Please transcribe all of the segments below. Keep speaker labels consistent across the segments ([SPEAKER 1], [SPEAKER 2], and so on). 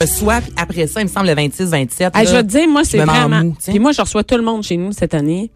[SPEAKER 1] reçois, puis après ça, il me semble, le 26-27.
[SPEAKER 2] Hey, je vais te dire, moi, c'est
[SPEAKER 1] me mets en
[SPEAKER 2] vraiment.
[SPEAKER 1] mou, tu sais.
[SPEAKER 2] Puis moi, je reçois tout le monde chez nous cette année.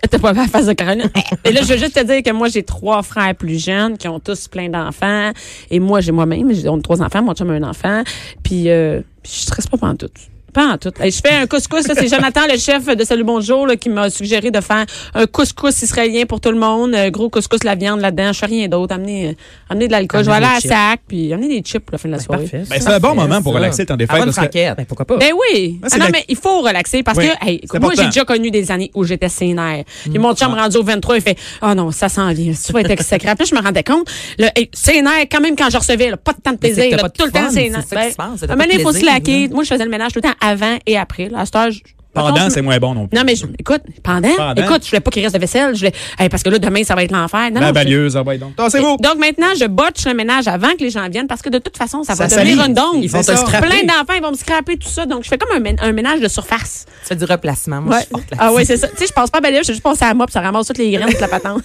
[SPEAKER 2] T'as pas vu la face de Caroline. Et là, je veux juste te dire que moi, j'ai trois frères plus jeunes qui ont tous plein d'enfants. Et moi, j'ai moi-même, j'ai on a trois enfants. Mon chum a un enfant. Puis, euh, je stresse pas pendant tout. Pas en tout. Et je fais un couscous. là, C'est Jonathan, le chef de Salut Bonjour, là, qui m'a suggéré de faire un couscous israélien pour tout le monde. Un gros couscous, la viande là-dedans. Je fais rien d'autre. Amener, euh, amener de l'alcool. Je vais aller
[SPEAKER 1] Amener
[SPEAKER 2] à la
[SPEAKER 1] des chips.
[SPEAKER 2] sac. Puis, amener des chips pour la fin de la soirée.
[SPEAKER 1] Parfait.
[SPEAKER 3] Ben, c'est un bon moment pour
[SPEAKER 1] ça.
[SPEAKER 3] relaxer le temps des
[SPEAKER 1] À
[SPEAKER 3] fêtes,
[SPEAKER 1] bonne
[SPEAKER 3] parce que-
[SPEAKER 1] franquette.
[SPEAKER 4] Ben, pourquoi pas?
[SPEAKER 2] Ben oui.
[SPEAKER 3] Moi,
[SPEAKER 2] Ah
[SPEAKER 3] c'est
[SPEAKER 2] non,
[SPEAKER 3] la-
[SPEAKER 2] mais il faut relaxer parce
[SPEAKER 3] Oui,
[SPEAKER 2] que, hey,
[SPEAKER 3] c'est
[SPEAKER 2] moi, j'ai
[SPEAKER 3] important.
[SPEAKER 2] déjà connu des années où j'étais sénère. Et mon chum rendu au 23, il fait, ah non, ça s'en vient. Tu vas être exécrable. Puis je me rendais compte, le hey, sénère, quand même, quand je recevais, là, pas de temps de
[SPEAKER 1] Mais c'est que t'as
[SPEAKER 2] plaisir, là,
[SPEAKER 1] pas de
[SPEAKER 2] tout le
[SPEAKER 1] fun,
[SPEAKER 2] temps sénère. Ben,
[SPEAKER 1] c'est ça qui se passe, c'est t'as
[SPEAKER 2] un
[SPEAKER 1] pas
[SPEAKER 2] moment
[SPEAKER 1] de
[SPEAKER 2] donné, il faut se
[SPEAKER 1] plaisir,
[SPEAKER 2] laquer.
[SPEAKER 1] là.
[SPEAKER 2] Moi, je faisais le ménage tout le temps avant et après. Là, à cette heure, je- mettons,
[SPEAKER 3] Pendant,
[SPEAKER 2] je-
[SPEAKER 3] c'est moins bon non plus.
[SPEAKER 2] Non, mais je- écoute, pendant,
[SPEAKER 3] Pendant.
[SPEAKER 2] écoute, je voulais pas qu'il reste de vaisselle. Je voulais, hey, parce que là, demain, ça va être l'enfer. Non,
[SPEAKER 3] La
[SPEAKER 2] non, je-
[SPEAKER 3] balieuse, ah ouais, donc. Tassez-vous!
[SPEAKER 2] donc maintenant, je botche le ménage avant que les gens viennent parce que de toute façon, ça va
[SPEAKER 3] Ça
[SPEAKER 2] devenir
[SPEAKER 3] salit.
[SPEAKER 2] une dongle.
[SPEAKER 3] Ils vont te scraper.
[SPEAKER 2] Plein d'enfants, ils vont me scraper tout ça. Donc je fais comme un, mén- un ménage de surface.
[SPEAKER 1] Tu fais du replacement. Moi, je suis forte
[SPEAKER 2] Ah
[SPEAKER 1] là-dessus.
[SPEAKER 2] oui, c'est ça. Tu sais, je pense pas à Belle, je juste pense à la mop, ça ramasse toutes les graines de la patente.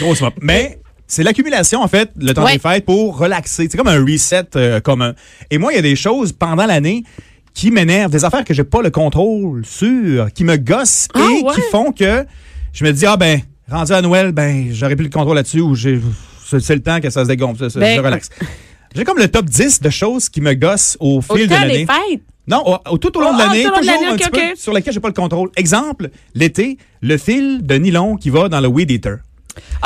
[SPEAKER 3] Grosse mop. Mais c'est l'accumulation, en fait, le temps
[SPEAKER 2] Ouais.
[SPEAKER 3] des fêtes pour relaxer. C'est comme un reset euh, commun. Et moi, il y a des choses pendant l'année qui m'énervent, des affaires que j'ai pas le contrôle sur, qui me gossent
[SPEAKER 2] Ah,
[SPEAKER 3] et
[SPEAKER 2] ouais?
[SPEAKER 3] qui font que je me dis, ah ben, rendu à Noël, ben, j'aurais plus le contrôle là-dessus ou j'ai- c'est c'est le temps que ça se dégonfle, ça, ça,
[SPEAKER 2] Ben-
[SPEAKER 3] je relaxe. J'ai comme le top 10 de choses qui me gossent au
[SPEAKER 2] Au
[SPEAKER 3] fil de
[SPEAKER 2] temps des
[SPEAKER 3] l'année.
[SPEAKER 2] fêtes.
[SPEAKER 3] Non, au- au- tout au
[SPEAKER 2] Oh,
[SPEAKER 3] long
[SPEAKER 2] oh,
[SPEAKER 3] de l'année,
[SPEAKER 2] tout au long de
[SPEAKER 3] toujours
[SPEAKER 2] l'année,
[SPEAKER 3] un
[SPEAKER 2] ok,
[SPEAKER 3] petit peu
[SPEAKER 2] ok.
[SPEAKER 3] sur lequel j'ai pas le contrôle. Exemple, l'été, le fil de nylon qui va dans le weed eater.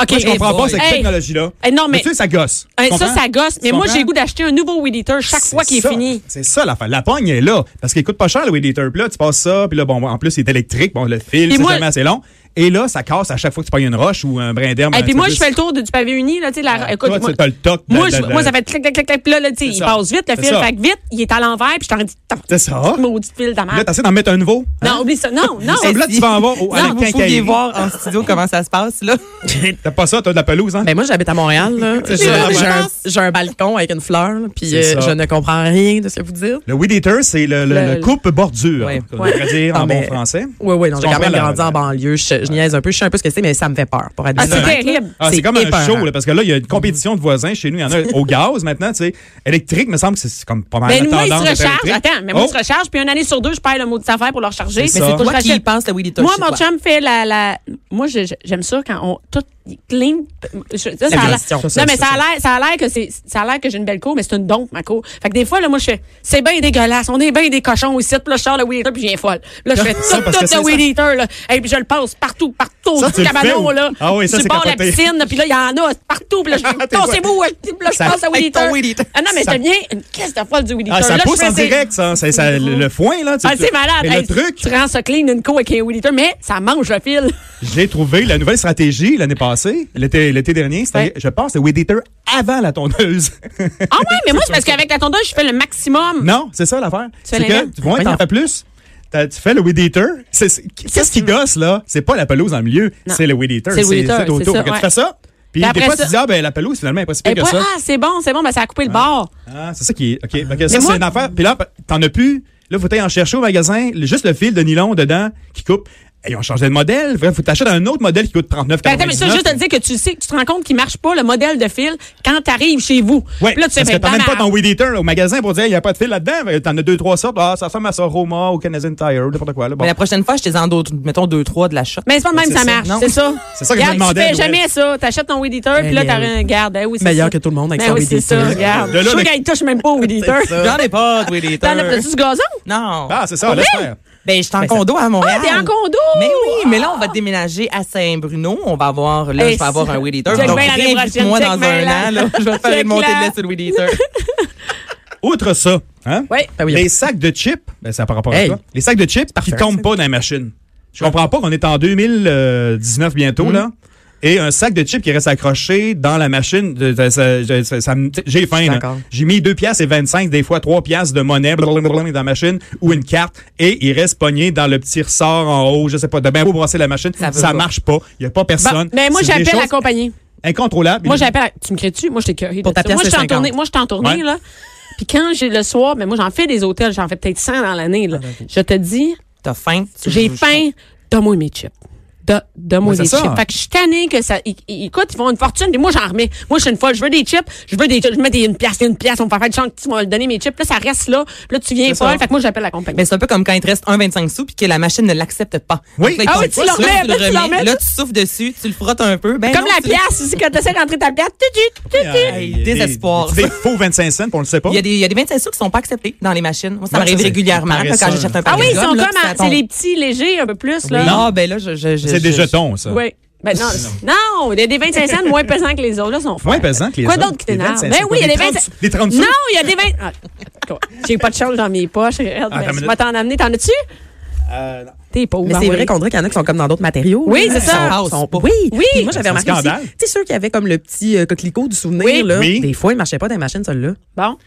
[SPEAKER 2] OK.
[SPEAKER 3] Moi, je comprends
[SPEAKER 1] hey,
[SPEAKER 3] pas
[SPEAKER 1] boy.
[SPEAKER 3] cette
[SPEAKER 2] Eh, Hey.
[SPEAKER 3] technologie-là.
[SPEAKER 2] Eh, non, mais-
[SPEAKER 3] tu sais, ça gosse. Tu
[SPEAKER 2] Hey, ça,
[SPEAKER 3] comprends?
[SPEAKER 2] ça gosse. Mais
[SPEAKER 3] Tu
[SPEAKER 2] moi,
[SPEAKER 3] comprends?
[SPEAKER 2] j'ai le goût d'acheter un nouveau weed eater chaque fois
[SPEAKER 3] C'est
[SPEAKER 2] qu'il est
[SPEAKER 3] ça.
[SPEAKER 2] fini.
[SPEAKER 3] C'est ça l'affaire. La pogne est là. Parce qu'il coûte pas cher, le weed eater. Puis là, tu passes ça. Puis là, bon, en plus, c'est électrique. Bon, le fil,
[SPEAKER 2] Puis
[SPEAKER 3] c'est
[SPEAKER 2] moi-
[SPEAKER 3] jamais assez long. Et là, ça casse à chaque fois que tu pognes une roche ou un brin d'herbe.
[SPEAKER 2] Et
[SPEAKER 3] un
[SPEAKER 2] Eh, puis
[SPEAKER 3] petit
[SPEAKER 2] moi,
[SPEAKER 3] peu
[SPEAKER 2] je
[SPEAKER 3] plus.
[SPEAKER 2] fais le tour de- du pavé uni. Là, tu sais, la, écoute,
[SPEAKER 3] Toi,
[SPEAKER 2] moi,
[SPEAKER 3] tu- t'as le toc. de-
[SPEAKER 2] moi,
[SPEAKER 3] de-
[SPEAKER 2] je-
[SPEAKER 3] de-
[SPEAKER 2] moi, ça fait clic, clic, clic, clic. Puis là, là, tu sais,
[SPEAKER 3] C'est
[SPEAKER 2] il
[SPEAKER 3] ça.
[SPEAKER 2] passe vite, le
[SPEAKER 3] C'est
[SPEAKER 2] fil.
[SPEAKER 3] ça.
[SPEAKER 2] Fait que vite, il est à l'envers. Puis je t'en dis,
[SPEAKER 3] C'est ça.
[SPEAKER 2] maudit fil de
[SPEAKER 3] Là,
[SPEAKER 2] merde.
[SPEAKER 3] t'essaies d'en mettre un nouveau.
[SPEAKER 2] Non, oublie ça. Non, non.
[SPEAKER 3] Semble là, tu vas en voir au, à la
[SPEAKER 1] Non, vous pouviez
[SPEAKER 3] quincaillerie.
[SPEAKER 1] voir en studio comment ça se passe, là.
[SPEAKER 3] T'as pas ça, t'as de la pelouse, hein?
[SPEAKER 4] Ben moi, j'habite à Montréal. là.
[SPEAKER 3] C'est
[SPEAKER 4] J'ai
[SPEAKER 3] ça,
[SPEAKER 4] j'ai
[SPEAKER 3] ouais.
[SPEAKER 4] un, j'ai un balcon avec une fleur, là, puis
[SPEAKER 3] C'est
[SPEAKER 4] euh,
[SPEAKER 3] ça.
[SPEAKER 4] je ne comprends rien de ce que vous dites.
[SPEAKER 3] Le weed eater, c'est le, le-
[SPEAKER 2] Le-
[SPEAKER 3] le coupe-bordure.
[SPEAKER 1] Ouais.
[SPEAKER 3] On devrait dire
[SPEAKER 4] Ah,
[SPEAKER 3] en bon
[SPEAKER 4] mais-
[SPEAKER 3] français.
[SPEAKER 4] Oui, oui, non,
[SPEAKER 3] Tu
[SPEAKER 4] j'ai quand
[SPEAKER 3] comprends
[SPEAKER 4] même
[SPEAKER 3] la-
[SPEAKER 4] grandi en banlieue. Je, je niaise un peu, je sais un peu ce que c'est, mais ça me fait peur, pour être
[SPEAKER 2] Ah, c'est
[SPEAKER 4] honnête.
[SPEAKER 2] terrible.
[SPEAKER 3] Ah, c'est
[SPEAKER 4] C'est
[SPEAKER 3] comme un
[SPEAKER 4] épeurant.
[SPEAKER 3] show, là, parce que là, il y a une compétition de voisins chez nous. Il y en a au gaz maintenant, tu sais. Électrique, me semble que c'est- c'est comme pas mal
[SPEAKER 2] Ben,
[SPEAKER 3] la
[SPEAKER 2] moi, ils
[SPEAKER 3] tendance
[SPEAKER 2] se
[SPEAKER 3] d'être
[SPEAKER 2] rechargent.
[SPEAKER 3] électrique.
[SPEAKER 2] Attends, mais moi,
[SPEAKER 3] Oh,
[SPEAKER 2] ils se rechargent, puis une année sur deux, je paye le mot de affaire pour leur charger.
[SPEAKER 3] C'est
[SPEAKER 2] Mais
[SPEAKER 3] ça.
[SPEAKER 2] c'est
[SPEAKER 1] Toi
[SPEAKER 2] toi
[SPEAKER 1] qui y penses, le Willy Touch.
[SPEAKER 2] Moi,
[SPEAKER 1] c'est
[SPEAKER 2] mon
[SPEAKER 1] quoi?
[SPEAKER 2] chum fait la, la, moi, je- je- j'aime ça quand on, tout clean. Je- ça, ça a l'air-
[SPEAKER 4] gestion.
[SPEAKER 2] non, mais ça a l'air, ça a l'air que c'est, ça a l'air que j'ai une belle cour, mais c'est une dompe, ma cour. Fait que des fois, là, moi, je fais, c'est bien dégueulasse, on est bien des cochons ici, puis là, je sors le weed eater, puis je viens folle. Là, je fais tout,
[SPEAKER 3] parce que
[SPEAKER 2] tout
[SPEAKER 3] c'est
[SPEAKER 2] le weed eater, là. Et puis je le passe partout, partout,
[SPEAKER 3] Ça,
[SPEAKER 2] tout
[SPEAKER 3] tu
[SPEAKER 2] le
[SPEAKER 3] le fais
[SPEAKER 2] cabanon,
[SPEAKER 3] ou-
[SPEAKER 2] là.
[SPEAKER 3] Ah oui,
[SPEAKER 2] Sur
[SPEAKER 3] ça, c'est
[SPEAKER 2] le bord de la
[SPEAKER 3] capoté. Ah,
[SPEAKER 2] piscine, puis là, il y en a partout, puis là, je fais,
[SPEAKER 3] T'es
[SPEAKER 2] tossez-vous, ouais, puis là, je
[SPEAKER 3] Ça-
[SPEAKER 2] passe au weed
[SPEAKER 1] avec ton
[SPEAKER 2] eater.
[SPEAKER 1] weed eater.
[SPEAKER 2] Ah non, mais
[SPEAKER 3] Ça-
[SPEAKER 2] je deviens une caisse de folle du weed eater.
[SPEAKER 3] Ah, ça
[SPEAKER 2] Là, je
[SPEAKER 3] pousse
[SPEAKER 2] fais,
[SPEAKER 3] en
[SPEAKER 2] c'est-
[SPEAKER 3] direct, ça. C'est ça, le, le foin, là. tu-
[SPEAKER 2] ah,
[SPEAKER 3] tu-
[SPEAKER 2] c'est malade.
[SPEAKER 3] Mais
[SPEAKER 2] Hey,
[SPEAKER 3] le truc,
[SPEAKER 2] Tu rends ça clean d'une co avec un weed eater, mais ça mange le fil.
[SPEAKER 3] j'ai trouvé la nouvelle stratégie l'année passée, l'été l'été dernier, c'était,
[SPEAKER 2] Ouais.
[SPEAKER 3] je passe le weed eater avant la tondeuse.
[SPEAKER 2] Ah ouais, mais moi, c'est parce qu'avec la tondeuse, je fais le maximum.
[SPEAKER 3] non, c'est ça l'affaire.
[SPEAKER 2] fais
[SPEAKER 3] C'est que,
[SPEAKER 2] l'inverse.
[SPEAKER 3] tu vois, t'en
[SPEAKER 2] Voyons.
[SPEAKER 3] fais plus. T'as- Tu fais le weed eater. C'est- c'est- Qu'est-ce qui gosse, là? C'est pas la pelouse en milieu,
[SPEAKER 2] Non.
[SPEAKER 3] c'est le weed eater.
[SPEAKER 2] C'est le weed eater,
[SPEAKER 3] tout autour.
[SPEAKER 2] c'est ça,
[SPEAKER 3] Fait que
[SPEAKER 2] ouais.
[SPEAKER 3] Tu fais ça, puis
[SPEAKER 2] Puis
[SPEAKER 3] des
[SPEAKER 2] après
[SPEAKER 3] fois, tu
[SPEAKER 2] ça-
[SPEAKER 3] dis, ah, ben, la pelouse, finalement, elle est pas si
[SPEAKER 2] Et
[SPEAKER 3] pire que
[SPEAKER 2] pas,
[SPEAKER 3] ça.
[SPEAKER 2] ah, c'est bon, c'est bon, ben, ça a coupé le bord.
[SPEAKER 3] Ah, c'est ça qui est. OK. Fait que ça,
[SPEAKER 2] moi-
[SPEAKER 3] c'est une affaire. Puis là, t'en as plus. Là, faut aller en chercher au magasin. le- Juste le fil de nylon dedans qui coupe. Et ils ont changé de modèle. Bref, faut t'acheter un autre modèle qui coûte 39
[SPEAKER 2] Ben, attends, mais ça, juste te dire que tu sais, tu te rends compte qu'il marche pas le modèle de fil quand t'arrives chez vous.
[SPEAKER 3] Ouais,
[SPEAKER 2] Puis là, tu
[SPEAKER 3] parce
[SPEAKER 2] fais
[SPEAKER 3] que t'emmènes
[SPEAKER 2] ben,
[SPEAKER 3] pas ton
[SPEAKER 2] merde.
[SPEAKER 3] weed eater là, au magasin pour dire il n'y a pas de fil là-dedans. Fait que T'en as deux, trois sortes. Ah, ça ressemble à ça, Roma ou Canadian Tire, n'importe quoi. Là, bon.
[SPEAKER 1] Mais la prochaine fois, je t'ai en d'autres, mettons, deux, trois de la shot.
[SPEAKER 2] Mais c'est pas de même,
[SPEAKER 3] Ouais,
[SPEAKER 2] ça
[SPEAKER 3] c'est ça.
[SPEAKER 2] marche.
[SPEAKER 1] Non.
[SPEAKER 2] C'est ça.
[SPEAKER 3] C'est ça que je me
[SPEAKER 2] Regarde,
[SPEAKER 3] demandais,
[SPEAKER 2] Tu fais
[SPEAKER 3] Noël.
[SPEAKER 2] jamais ça. T'achètes ton weed eater, puis là, t'as un garde. Eh oui, c'est
[SPEAKER 4] Meilleur
[SPEAKER 2] ça.
[SPEAKER 4] que tout le monde avec
[SPEAKER 2] Ben
[SPEAKER 4] son
[SPEAKER 2] oui,
[SPEAKER 4] weed
[SPEAKER 2] c'est
[SPEAKER 4] eater.
[SPEAKER 2] ça, regarde.
[SPEAKER 3] De là,
[SPEAKER 2] Je suis
[SPEAKER 3] le-
[SPEAKER 2] sûr qu'il touche même pas au weed eater.
[SPEAKER 1] J'en ai pas de weed eater.
[SPEAKER 2] T'en as-tu du gazon?
[SPEAKER 1] Non.
[SPEAKER 3] Ah, c'est ça, laisse faire.
[SPEAKER 1] Ben, je suis en condo à Montréal.
[SPEAKER 2] Ah, t'es en condo!
[SPEAKER 1] Mais oui, mais là, on va déménager à Saint-Bruno. On va avoir, là,
[SPEAKER 2] Hey,
[SPEAKER 1] je vais avoir un weed eater.
[SPEAKER 2] check
[SPEAKER 1] Donc,
[SPEAKER 2] bien l'année
[SPEAKER 1] réinvite-moi
[SPEAKER 2] prochaine,
[SPEAKER 1] dans
[SPEAKER 2] check bien
[SPEAKER 1] un an,
[SPEAKER 2] l'année.
[SPEAKER 1] là. Je vais te faire
[SPEAKER 2] Check
[SPEAKER 1] une montée
[SPEAKER 2] là.
[SPEAKER 1] de lait sur le weed eater.
[SPEAKER 3] Outre ça, hein?
[SPEAKER 2] Ouais.
[SPEAKER 4] Ben oui.
[SPEAKER 3] les sacs de chips, ben, ça par rapport à
[SPEAKER 4] Hey.
[SPEAKER 3] toi. Les sacs de chips qui tombent pas dans la machine. Je comprends pas qu'on est en 2019 bientôt, là. Et un sac de chips qui reste accroché dans la machine, de- de- ça- je- ça- ça me- j'ai faim. là.
[SPEAKER 1] D'accord.
[SPEAKER 3] J'ai mis 2 piastres et 25, des fois 3 piastres de monnaie blablabla, dans la machine ou une carte et il reste pogné dans le petit ressort en haut, je sais pas, de bien beau brasser la machine, ça,
[SPEAKER 1] Ça veut pas.
[SPEAKER 3] marche pas. Il y a pas personne.
[SPEAKER 2] Mais ben, moi,
[SPEAKER 3] C'est des
[SPEAKER 2] j'appelle la
[SPEAKER 3] choses
[SPEAKER 2] compagnie.
[SPEAKER 3] incontrôlables.
[SPEAKER 2] Moi, j'appelle. à- Tu me crées-tu? Moi, je t'ai curé.
[SPEAKER 4] Pour ta pièce
[SPEAKER 2] moi,
[SPEAKER 4] de
[SPEAKER 2] je suis en
[SPEAKER 4] 50.
[SPEAKER 2] tournée. Moi, je suis en tournée,
[SPEAKER 3] Ouais.
[SPEAKER 2] là. Puis quand j'ai le soir, mais moi, j'en fais des hôtels, j'en fais peut-être 100 dans l'année, là. Je te dis,
[SPEAKER 1] T'as faim? tu-
[SPEAKER 2] j'ai
[SPEAKER 1] je-
[SPEAKER 2] faim, donne-moi mes chips. T'as- Donne-moi
[SPEAKER 3] Ouais,
[SPEAKER 2] des
[SPEAKER 3] c'est ça.
[SPEAKER 2] chips. Fait que je suis tannée que ça. Ils, ils- ils coûtent, ils font une fortune, puis moi j'en remets. Moi, je suis une folle, je veux des chips, je veux des chips, je mets des, une pièce, une pièce, on me fait faire des tu m'as donné mes chips, là, ça reste là, là, tu viens
[SPEAKER 1] C'est
[SPEAKER 2] folle.
[SPEAKER 1] ça.
[SPEAKER 2] Fait que moi, j'appelle la compagnie.
[SPEAKER 1] Mais c'est un peu comme quand il te reste 1,25 sous puis que la machine ne l'accepte pas. Donc
[SPEAKER 3] Oui.
[SPEAKER 1] là, ils
[SPEAKER 2] Ah
[SPEAKER 1] font
[SPEAKER 2] oui, tu
[SPEAKER 1] quoi,
[SPEAKER 2] le
[SPEAKER 1] ça?
[SPEAKER 2] remets,
[SPEAKER 1] Tu le
[SPEAKER 2] tu le
[SPEAKER 1] remets.
[SPEAKER 2] remets.
[SPEAKER 1] Là, tu souffles dessus, tu le frottes un peu. Ben
[SPEAKER 2] Comme
[SPEAKER 1] non,
[SPEAKER 2] la
[SPEAKER 1] tu-
[SPEAKER 2] pièce, c'est quand t'essaies de rentrer ta pièce, tu, tu,
[SPEAKER 3] Ah,
[SPEAKER 2] tu, tu.
[SPEAKER 1] Hey, désespoir.
[SPEAKER 3] Des, des faux 25 cents, puis on le sait pas.
[SPEAKER 1] Il y, a des, il y a des 25 sous qui sont pas acceptés dans les machines. Moi, ça
[SPEAKER 3] Ouais,
[SPEAKER 1] m'arrive
[SPEAKER 3] ça, c'est
[SPEAKER 1] régulièrement là, quand
[SPEAKER 3] paresseux.
[SPEAKER 1] j'achète un
[SPEAKER 2] Ah
[SPEAKER 1] paquet
[SPEAKER 2] oui,
[SPEAKER 1] de
[SPEAKER 2] ils sont
[SPEAKER 1] gomme,
[SPEAKER 2] comme,
[SPEAKER 1] là,
[SPEAKER 2] à-
[SPEAKER 1] ça
[SPEAKER 2] c'est
[SPEAKER 1] tombe.
[SPEAKER 2] les petits légers un peu plus, là.
[SPEAKER 1] Non, ben là, je. je- je-
[SPEAKER 3] C'est des
[SPEAKER 1] je-
[SPEAKER 3] jetons, ça.
[SPEAKER 2] Oui. Ben non, non, il y a des 25 cents moins pesants que les autres. Là, sont forts.
[SPEAKER 3] Moins pesants que les
[SPEAKER 2] Quoi
[SPEAKER 3] autres.
[SPEAKER 2] Quoi d'autre qui
[SPEAKER 3] Des
[SPEAKER 2] t'énerve?
[SPEAKER 3] 25,
[SPEAKER 2] Ben
[SPEAKER 3] c'est
[SPEAKER 2] oui, il y a
[SPEAKER 3] quoi,
[SPEAKER 2] des
[SPEAKER 3] des
[SPEAKER 2] 25
[SPEAKER 3] 30? Des 30 sous?
[SPEAKER 2] Non, il y a des 20. Ah, quoi. J'ai pas de charge dans mes poches. Regarde,
[SPEAKER 3] Attends
[SPEAKER 2] ben,
[SPEAKER 3] une
[SPEAKER 2] je
[SPEAKER 3] minute.
[SPEAKER 2] vais t'en amener. T'en as-tu?
[SPEAKER 3] Euh, non.
[SPEAKER 2] T'es pauvre.
[SPEAKER 4] Mais c'est
[SPEAKER 2] ah oui.
[SPEAKER 4] vrai qu'on dirait qu'il y en a qui sont comme dans d'autres matériaux.
[SPEAKER 2] Oui,
[SPEAKER 4] là.
[SPEAKER 2] c'est ça.
[SPEAKER 4] Ils sont- sont pas-
[SPEAKER 1] Oui.
[SPEAKER 4] Oui, Puis moi j'avais
[SPEAKER 3] C'est un
[SPEAKER 4] remarqué aussi,
[SPEAKER 3] scandale.
[SPEAKER 4] tu sais ceux qui avaient comme le petit euh, coquelicot du souvenir
[SPEAKER 2] Oui.
[SPEAKER 4] là,
[SPEAKER 3] Oui.
[SPEAKER 4] des fois ils marchaient pas dans les machines celles-là.
[SPEAKER 2] Bon.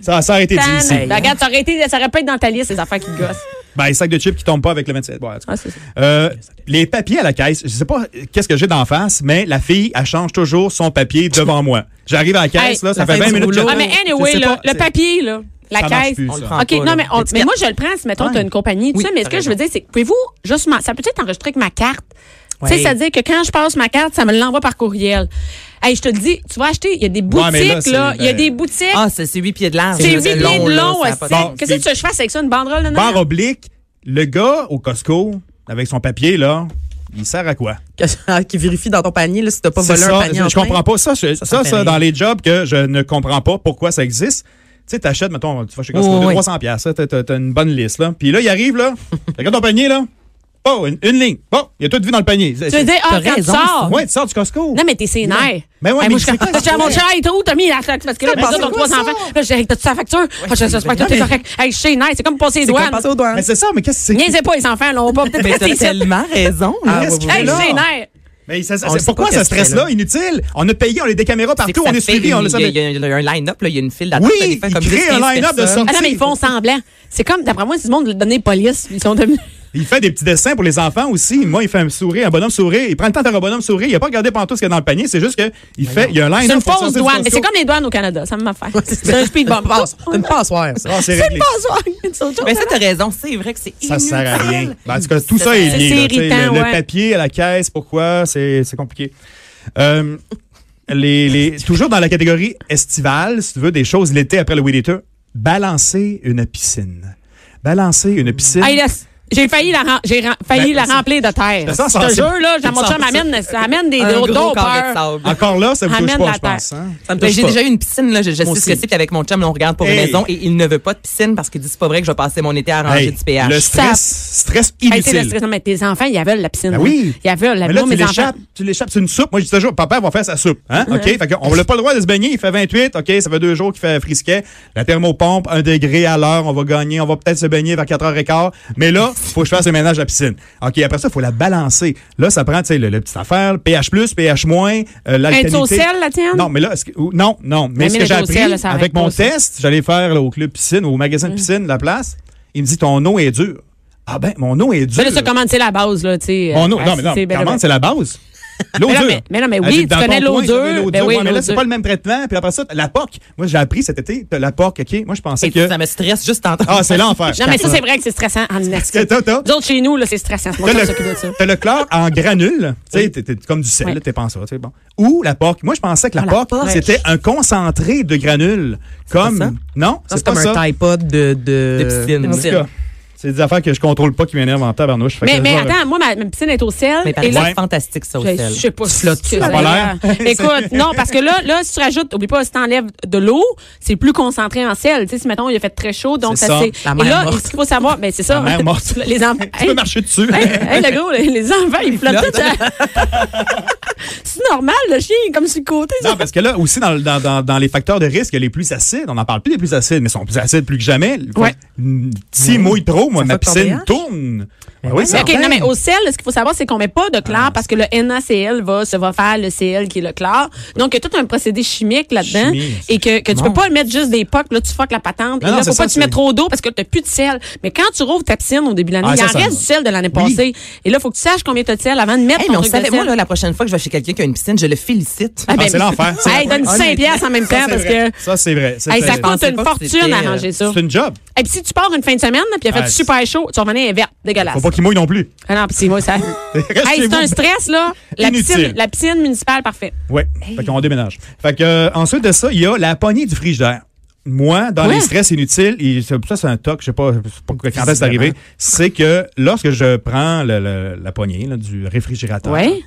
[SPEAKER 3] Ça, ça a été dit
[SPEAKER 2] Tan.
[SPEAKER 3] ici.
[SPEAKER 2] Ben, regarde, ça aurait, été, ça aurait pas été dans ta liste, ces affaires qui te gossent.
[SPEAKER 3] Ben, les sacs de chips qui tombent pas avec le 27. Ouais, en tout cas.
[SPEAKER 2] Ah, c'est ça.
[SPEAKER 3] Euh, les papiers à la caisse, je sais pas euh, qu'est-ce que j'ai d'en face, mais la fille, elle change toujours son papier devant moi. J'arrive à la caisse,
[SPEAKER 2] Hey,
[SPEAKER 3] là, ça
[SPEAKER 4] la
[SPEAKER 3] fait
[SPEAKER 4] fin
[SPEAKER 3] 20
[SPEAKER 4] du
[SPEAKER 3] minutes
[SPEAKER 4] rouleau.
[SPEAKER 3] que
[SPEAKER 2] Ah,
[SPEAKER 3] j'attends.
[SPEAKER 2] mais
[SPEAKER 3] Je
[SPEAKER 2] anyway,
[SPEAKER 3] sais
[SPEAKER 2] là,
[SPEAKER 3] pas,
[SPEAKER 2] le
[SPEAKER 3] c'est-
[SPEAKER 2] papier, là, la
[SPEAKER 3] Ça marche
[SPEAKER 2] caisse.
[SPEAKER 3] plus,
[SPEAKER 1] On le
[SPEAKER 3] ça.
[SPEAKER 1] prend
[SPEAKER 2] OK,
[SPEAKER 1] pas,
[SPEAKER 2] non,
[SPEAKER 1] là.
[SPEAKER 2] mais, on- mais
[SPEAKER 1] L'étiquette.
[SPEAKER 2] moi, je le prends si, mettons,
[SPEAKER 3] Ouais.
[SPEAKER 2] tu as une compagnie, tout
[SPEAKER 1] Oui,
[SPEAKER 2] ça, mais ce
[SPEAKER 1] t'as
[SPEAKER 2] que je
[SPEAKER 1] raison.
[SPEAKER 2] veux dire, c'est que pouvez-vous juste. m'en- Ça peut être enregistré avec ma carte. Tu sais,
[SPEAKER 4] Ouais.
[SPEAKER 2] c'est-à-dire que quand je passe ma carte, ça me l'envoie par courriel. Hey, je te le dis, tu vas acheter, il y a des
[SPEAKER 3] Ouais, mais là,
[SPEAKER 2] boutiques,
[SPEAKER 3] c'est-
[SPEAKER 2] là. Il y a
[SPEAKER 3] ben-
[SPEAKER 2] des boutiques.
[SPEAKER 1] Ah, c'est c'est 8 pieds de large.
[SPEAKER 2] c'est
[SPEAKER 1] là,
[SPEAKER 2] huit pieds de
[SPEAKER 1] là,
[SPEAKER 2] long,
[SPEAKER 1] ça a
[SPEAKER 2] euh,
[SPEAKER 1] pas de-
[SPEAKER 2] sec.
[SPEAKER 3] Bon,
[SPEAKER 2] Qu'est-ce que
[SPEAKER 3] puis-
[SPEAKER 2] tu veux que je fasse avec ça, une banderole, là, non?
[SPEAKER 3] Barre oblique, le gars au Costco, avec son papier, là, il sert à quoi?
[SPEAKER 4] Que- qui vérifie dans ton panier là, si t'as pas
[SPEAKER 3] C'est
[SPEAKER 4] volé
[SPEAKER 3] ça,
[SPEAKER 4] un panier en
[SPEAKER 3] je comprends pas ça. je- Ça, ça,
[SPEAKER 4] fait rire.
[SPEAKER 3] dans les jobs que je ne comprends pas pourquoi ça existe. Tu sais, t'achètes, mettons, tu vas chez Costco,
[SPEAKER 1] Oui,
[SPEAKER 3] t'as
[SPEAKER 1] oui.
[SPEAKER 3] 300 pièces, t'as, t'as- t'as une bonne liste, là. Puis là, il arrive, là, regarde ton panier, là. Bon, une, une ligne. Bon, il y a tout vu dans le panier.
[SPEAKER 2] Tu veux dire, ah,
[SPEAKER 1] T'as
[SPEAKER 2] quand tu
[SPEAKER 1] raison,
[SPEAKER 2] sors.
[SPEAKER 3] Ouais, tu sors du Costco.
[SPEAKER 2] Non, mais t'es sénère.
[SPEAKER 3] Ben ouais, mais
[SPEAKER 2] moi, je
[SPEAKER 3] c'est
[SPEAKER 2] suis
[SPEAKER 3] quoi,
[SPEAKER 2] T'as acheté
[SPEAKER 3] c'est
[SPEAKER 2] mon
[SPEAKER 3] vrai?
[SPEAKER 2] cher et tout, t'as mis la parce que là,
[SPEAKER 4] Mais
[SPEAKER 2] les autres
[SPEAKER 4] c'est
[SPEAKER 2] ont
[SPEAKER 4] quoi
[SPEAKER 2] trois enfants. Là, j'ai dit, t'as-tu ça facture? Ah, je j'espère que t'es correct. Hey, je suis sénère, c'est comme passer les
[SPEAKER 4] C'est comme
[SPEAKER 2] douanes.
[SPEAKER 4] passer aux douanes.
[SPEAKER 3] Mais c'est ça, mais qu'est-ce que c'est?
[SPEAKER 2] Niaisez pas les enfants, là, on va peut-être
[SPEAKER 1] Mais
[SPEAKER 2] rester
[SPEAKER 1] t'as
[SPEAKER 2] ici.
[SPEAKER 1] tellement raison. là.
[SPEAKER 4] Ah, ouais,
[SPEAKER 3] Qu'est-ce
[SPEAKER 4] ouais,
[SPEAKER 3] qu'il
[SPEAKER 4] ouais.
[SPEAKER 3] fait
[SPEAKER 2] Hey,
[SPEAKER 3] là?
[SPEAKER 2] génère.
[SPEAKER 3] Mais c'est- c'est-
[SPEAKER 4] On sait
[SPEAKER 3] pourquoi
[SPEAKER 4] pas
[SPEAKER 3] ce
[SPEAKER 4] qu'est-ce qu'il fait,
[SPEAKER 3] stress-là,
[SPEAKER 4] là.
[SPEAKER 3] inutile? On a payé, on a des caméras
[SPEAKER 1] C'est
[SPEAKER 3] partout,
[SPEAKER 1] que
[SPEAKER 3] on
[SPEAKER 1] ça
[SPEAKER 3] est
[SPEAKER 1] fait
[SPEAKER 3] suivi,
[SPEAKER 1] une-
[SPEAKER 3] on le
[SPEAKER 1] Il y
[SPEAKER 3] savait.
[SPEAKER 1] a- il y a un line-up, là, il y a une file d'attente.
[SPEAKER 3] Oui,
[SPEAKER 1] ça les fait
[SPEAKER 3] ils
[SPEAKER 1] comme
[SPEAKER 3] créent
[SPEAKER 1] 10,
[SPEAKER 3] un
[SPEAKER 1] 15
[SPEAKER 3] line-up de
[SPEAKER 1] personnes.
[SPEAKER 3] sorties.
[SPEAKER 2] Ah non, mais ils font semblant. C'est comme, d'après moi, si le monde le donnait police, ils sont devenus.
[SPEAKER 3] Il fait des petits dessins pour les enfants aussi. Moi, il fait un sourire, un bonhomme sourire. Il prend le temps de faire un bonhomme sourire. Il n'a pas regardé pantoute ce qu'il y a dans le panier. C'est juste qu'il fait, il y a un line-up.
[SPEAKER 2] C'est une
[SPEAKER 3] pour
[SPEAKER 2] fausse
[SPEAKER 3] sortir du
[SPEAKER 2] douane. Mais c'est
[SPEAKER 3] Costco.
[SPEAKER 2] comme les douanes au Canada, ça me m'a fait.
[SPEAKER 4] C'est un speed bump. C'est une passoire. ça.
[SPEAKER 3] Ah, c'est
[SPEAKER 2] Oh, C'est une
[SPEAKER 3] réglé.
[SPEAKER 2] passoire.
[SPEAKER 1] Mais Ben, ça, t'as raison. C'est vrai que c'est
[SPEAKER 3] Ça
[SPEAKER 1] inutile.
[SPEAKER 3] sert à rien. Ben, en tout cas, tout ça est
[SPEAKER 2] c'est
[SPEAKER 3] lié. là, tu sais,
[SPEAKER 2] irritant,
[SPEAKER 3] le, le
[SPEAKER 2] ouais.
[SPEAKER 3] papier à la caisse, pourquoi, c'est c'est compliqué. Euh, les, les- toujours dans la catégorie estivale, si tu veux, des choses l'été après le Weed Eater, balancer une piscine. Balancer une piscine.
[SPEAKER 2] Hey, là, j'ai failli la, rem- j'ai rem- failli
[SPEAKER 3] Ben,
[SPEAKER 2] la remplir de terre.
[SPEAKER 3] c'est
[SPEAKER 2] Je te
[SPEAKER 3] sensible.
[SPEAKER 2] jure, là, j'ai mon
[SPEAKER 3] C'est
[SPEAKER 2] chum amène, amène des
[SPEAKER 1] Un
[SPEAKER 2] dos
[SPEAKER 1] gros carré de
[SPEAKER 2] peurs.
[SPEAKER 1] sable.
[SPEAKER 3] Encore là, ça vous touche
[SPEAKER 2] Ramène
[SPEAKER 3] pas,
[SPEAKER 2] la
[SPEAKER 3] je pense.
[SPEAKER 4] Ça
[SPEAKER 3] hein?
[SPEAKER 4] me
[SPEAKER 1] Ah, Ben,
[SPEAKER 4] touche
[SPEAKER 1] j'ai
[SPEAKER 4] pas.
[SPEAKER 1] déjà eu une piscine, là. Je, je sais ce que
[SPEAKER 4] aussi.
[SPEAKER 1] c'est, puis avec mon chum, là, on regarde pour une
[SPEAKER 3] Hey.
[SPEAKER 1] maison et il ne veut pas de piscine parce qu'il dit c'est pas vrai que je vais passer mon été à
[SPEAKER 2] Ah,
[SPEAKER 1] ranger
[SPEAKER 3] Hey,
[SPEAKER 1] du pH.
[SPEAKER 3] le
[SPEAKER 2] Ça-
[SPEAKER 3] stress, stress
[SPEAKER 2] Hey, t'sais, le
[SPEAKER 3] inutile.
[SPEAKER 2] stress, non, mais tes enfants, ils avaient la piscine.
[SPEAKER 3] Ben oui.
[SPEAKER 2] Ils avaient la
[SPEAKER 3] Mais là,
[SPEAKER 2] moi,
[SPEAKER 3] tu
[SPEAKER 2] mes enfants.
[SPEAKER 3] l'échappes, tu l'échappes, c'est une soupe. Moi, je dis toujours, papa va faire sa soupe. Hein? OK? Fait qu'on n'a pas le droit de se baigner. Il fait 28. OK, ça fait deux jours qu'il fait frisquet. La thermopompe, un degré à l'heure. On va gagner. On va peut-être se baigner vers 4h15. Mais là, faut que je fasse le ménage à la piscine. OK, après ça, il faut la balancer. Là, ça prend, tu sais, le, le petit affaire, pH+, pH-, euh, l'alcalinité.
[SPEAKER 2] au sel, la tienne?
[SPEAKER 3] Non, mais là, est-ce que- ou- non, non. Mais,
[SPEAKER 2] Mais
[SPEAKER 3] ce
[SPEAKER 2] mais
[SPEAKER 3] que j'ai
[SPEAKER 2] le dos au
[SPEAKER 3] appris
[SPEAKER 2] sel, là, ça Hum. arrête
[SPEAKER 3] avec
[SPEAKER 2] pas
[SPEAKER 3] mon
[SPEAKER 2] aussi.
[SPEAKER 3] test, j'allais faire là, au club piscine, au magasin de piscine, la place, il me dit, ton eau est dure. Ah ben, mon eau est dure.
[SPEAKER 2] Mais là, ça commande, c'est la base, là, tu sais.
[SPEAKER 3] Bon, Oh, non,
[SPEAKER 2] Ah,
[SPEAKER 3] non, mais non,
[SPEAKER 2] ben,
[SPEAKER 3] commande,
[SPEAKER 2] ben,
[SPEAKER 3] c'est la base. L'eau
[SPEAKER 2] Mais non,
[SPEAKER 3] dure.
[SPEAKER 2] mais- mais non, mais
[SPEAKER 3] Elle
[SPEAKER 2] oui,
[SPEAKER 3] dit,
[SPEAKER 2] tu
[SPEAKER 3] dans ton
[SPEAKER 2] connais l'eau
[SPEAKER 3] coin, ça
[SPEAKER 2] dure.
[SPEAKER 3] fait
[SPEAKER 2] Ben
[SPEAKER 3] l'eau dure.
[SPEAKER 2] oui,
[SPEAKER 3] Ouais, mais
[SPEAKER 2] l'eau
[SPEAKER 3] là, c'est
[SPEAKER 2] dure.
[SPEAKER 3] pas le même traitement. Puis après ça, la POC. Moi, j'ai appris cet été, t'as la POC, OK? Moi, je pensais
[SPEAKER 1] Et
[SPEAKER 3] que.
[SPEAKER 1] Ça me stresse juste d'entendre.
[SPEAKER 3] Ah, c'est l'enfer.
[SPEAKER 2] Non, mais ça, c'est vrai que c'est stressant en
[SPEAKER 3] T'as-
[SPEAKER 2] inactif.
[SPEAKER 3] t'as- t'as-
[SPEAKER 2] Nous autres, chez nous, là, c'est stressant. C'est Mon
[SPEAKER 3] T'as
[SPEAKER 2] chum
[SPEAKER 3] le,
[SPEAKER 2] s'occupe de ça.
[SPEAKER 3] t'as le chlore en granules, tu sais, t'es- t'es comme du sel,
[SPEAKER 2] Ouais.
[SPEAKER 3] là, t'es pensé, tu sais, bon. Ou la POC. Moi, je pensais que la
[SPEAKER 2] Ah, la
[SPEAKER 3] POC,
[SPEAKER 2] POC.
[SPEAKER 3] c'était un concentré de granules. Comme.
[SPEAKER 1] ça?
[SPEAKER 3] Non,
[SPEAKER 4] Ça,
[SPEAKER 3] c'est
[SPEAKER 4] c'est
[SPEAKER 3] pas
[SPEAKER 4] comme
[SPEAKER 3] ça.
[SPEAKER 4] un Tide pod de de
[SPEAKER 1] De piscine.
[SPEAKER 4] de
[SPEAKER 3] En tout cas, C'est des affaires que je contrôle pas qui m'énervent en tabarnouche. Fait que
[SPEAKER 2] Mais,
[SPEAKER 3] je
[SPEAKER 2] mais
[SPEAKER 3] vais-
[SPEAKER 2] attends, moi, ma, ma piscine est au sel.
[SPEAKER 1] Mais par
[SPEAKER 2] et là,
[SPEAKER 1] exemple,
[SPEAKER 3] Ouais.
[SPEAKER 1] c'est fantastique, ça, au
[SPEAKER 2] Je
[SPEAKER 1] sel.
[SPEAKER 2] je sais pas
[SPEAKER 4] Tu
[SPEAKER 2] si
[SPEAKER 4] flottes,
[SPEAKER 2] c'est
[SPEAKER 4] tu
[SPEAKER 3] as pas
[SPEAKER 2] d'ailleurs.
[SPEAKER 3] l'air.
[SPEAKER 2] Écoute, non, parce que là, là, si tu rajoutes, oublie pas, si t'enlèves de l'eau, c'est plus concentré en sel. Tu sais, si mettons, il a fait très chaud, donc
[SPEAKER 3] C'est
[SPEAKER 2] ça,
[SPEAKER 3] ça.
[SPEAKER 2] c'est.
[SPEAKER 4] La
[SPEAKER 2] Et
[SPEAKER 4] mer
[SPEAKER 2] là,
[SPEAKER 4] morte.
[SPEAKER 2] ce qu'il faut savoir, ben, c'est ça.
[SPEAKER 3] La mer morte.
[SPEAKER 2] Les enfants.
[SPEAKER 3] Tu peux marcher dessus.
[SPEAKER 2] Hey, hey, le gros, les, les enfants, ils flottent tout. c'est normal, le chien est comme sur le côté. ça.
[SPEAKER 3] Non, parce que là, aussi, dans, le- dans, dans, dans les facteurs de risque, il y a les plus acides. On n'en parle plus des plus acides, mais ils sont plus acides plus que jamais.
[SPEAKER 2] Ouais.
[SPEAKER 3] Si mouille trop, moi,
[SPEAKER 4] Ça
[SPEAKER 3] ma
[SPEAKER 4] fait ton
[SPEAKER 3] piscine
[SPEAKER 4] pH?
[SPEAKER 3] tourne.
[SPEAKER 4] ouais.
[SPEAKER 3] Ben oui,
[SPEAKER 2] Mais
[SPEAKER 3] ça
[SPEAKER 2] OK, non, mais au sel, ce qu'il faut savoir, c'est qu'on met pas de
[SPEAKER 3] Ah.
[SPEAKER 2] chlore parce que le NaCl va, se va faire le Cl qui est le chlore. Donc, il y a tout un procédé chimique là-dedans.
[SPEAKER 3] Chimie,
[SPEAKER 2] et que, que tu peux pas mettre juste des pocs, là, tu fuck la patente.
[SPEAKER 3] Non,
[SPEAKER 2] et
[SPEAKER 3] non,
[SPEAKER 2] là,
[SPEAKER 3] c'est
[SPEAKER 2] faut pas
[SPEAKER 3] ça,
[SPEAKER 2] que tu mettes
[SPEAKER 3] c'est-
[SPEAKER 2] trop d'eau parce que t'as plus de sel. Mais quand tu rouvres ta piscine au début de l'année,
[SPEAKER 3] Ah,
[SPEAKER 2] il
[SPEAKER 3] ça,
[SPEAKER 2] en
[SPEAKER 3] ça-
[SPEAKER 2] reste du sel de l'année passée. Et là, faut que tu saches combien t'as de sel avant de mettre
[SPEAKER 1] Hey,
[SPEAKER 2] ton
[SPEAKER 1] mais on
[SPEAKER 2] truc de
[SPEAKER 1] savait,
[SPEAKER 2] sel.
[SPEAKER 1] moi, là, la prochaine fois que je vais chez quelqu'un qui a une piscine, je le félicite.
[SPEAKER 2] Ah,
[SPEAKER 3] Ah, c'est l'enfer. C'est
[SPEAKER 2] Hey, donne 5 piastres en même temps
[SPEAKER 3] Ça, c'est
[SPEAKER 2] parce
[SPEAKER 3] vrai.
[SPEAKER 2] que
[SPEAKER 3] Ça, c'est vrai. C'est-
[SPEAKER 2] hey, ça
[SPEAKER 3] c'est-
[SPEAKER 1] je
[SPEAKER 2] coûte
[SPEAKER 1] pensais
[SPEAKER 2] une
[SPEAKER 1] pas que
[SPEAKER 2] fortune à
[SPEAKER 1] c'était, euh,
[SPEAKER 2] ranger ça.
[SPEAKER 3] c'est une job.
[SPEAKER 2] Et puis si tu pars une fin de semaine, là, puis il a fait
[SPEAKER 3] Ouais,
[SPEAKER 2] super chaud, tu revenais elle est verte, dégueulasse.
[SPEAKER 3] Faut pas qu'il mouille non plus.
[SPEAKER 2] Ah non, puis c'est moi ça. hey,
[SPEAKER 3] chez
[SPEAKER 2] c'est
[SPEAKER 3] vous.
[SPEAKER 2] un stress là. La
[SPEAKER 3] Inutile.
[SPEAKER 2] piscine, la piscine municipale parfait.
[SPEAKER 3] Oui. Fait qu'on déménage. Fait que, euh, ensuite de ça, il y a la poignée du frigidaire. Moi, dans
[SPEAKER 2] Ouais.
[SPEAKER 3] les stress inutiles, et ça, ça, c'est un toc, je sais pas, je sais pas quand est-ce que c'est arrivé, c'est que lorsque je prends le- le- la poignée là, du réfrigérateur,
[SPEAKER 2] Ouais.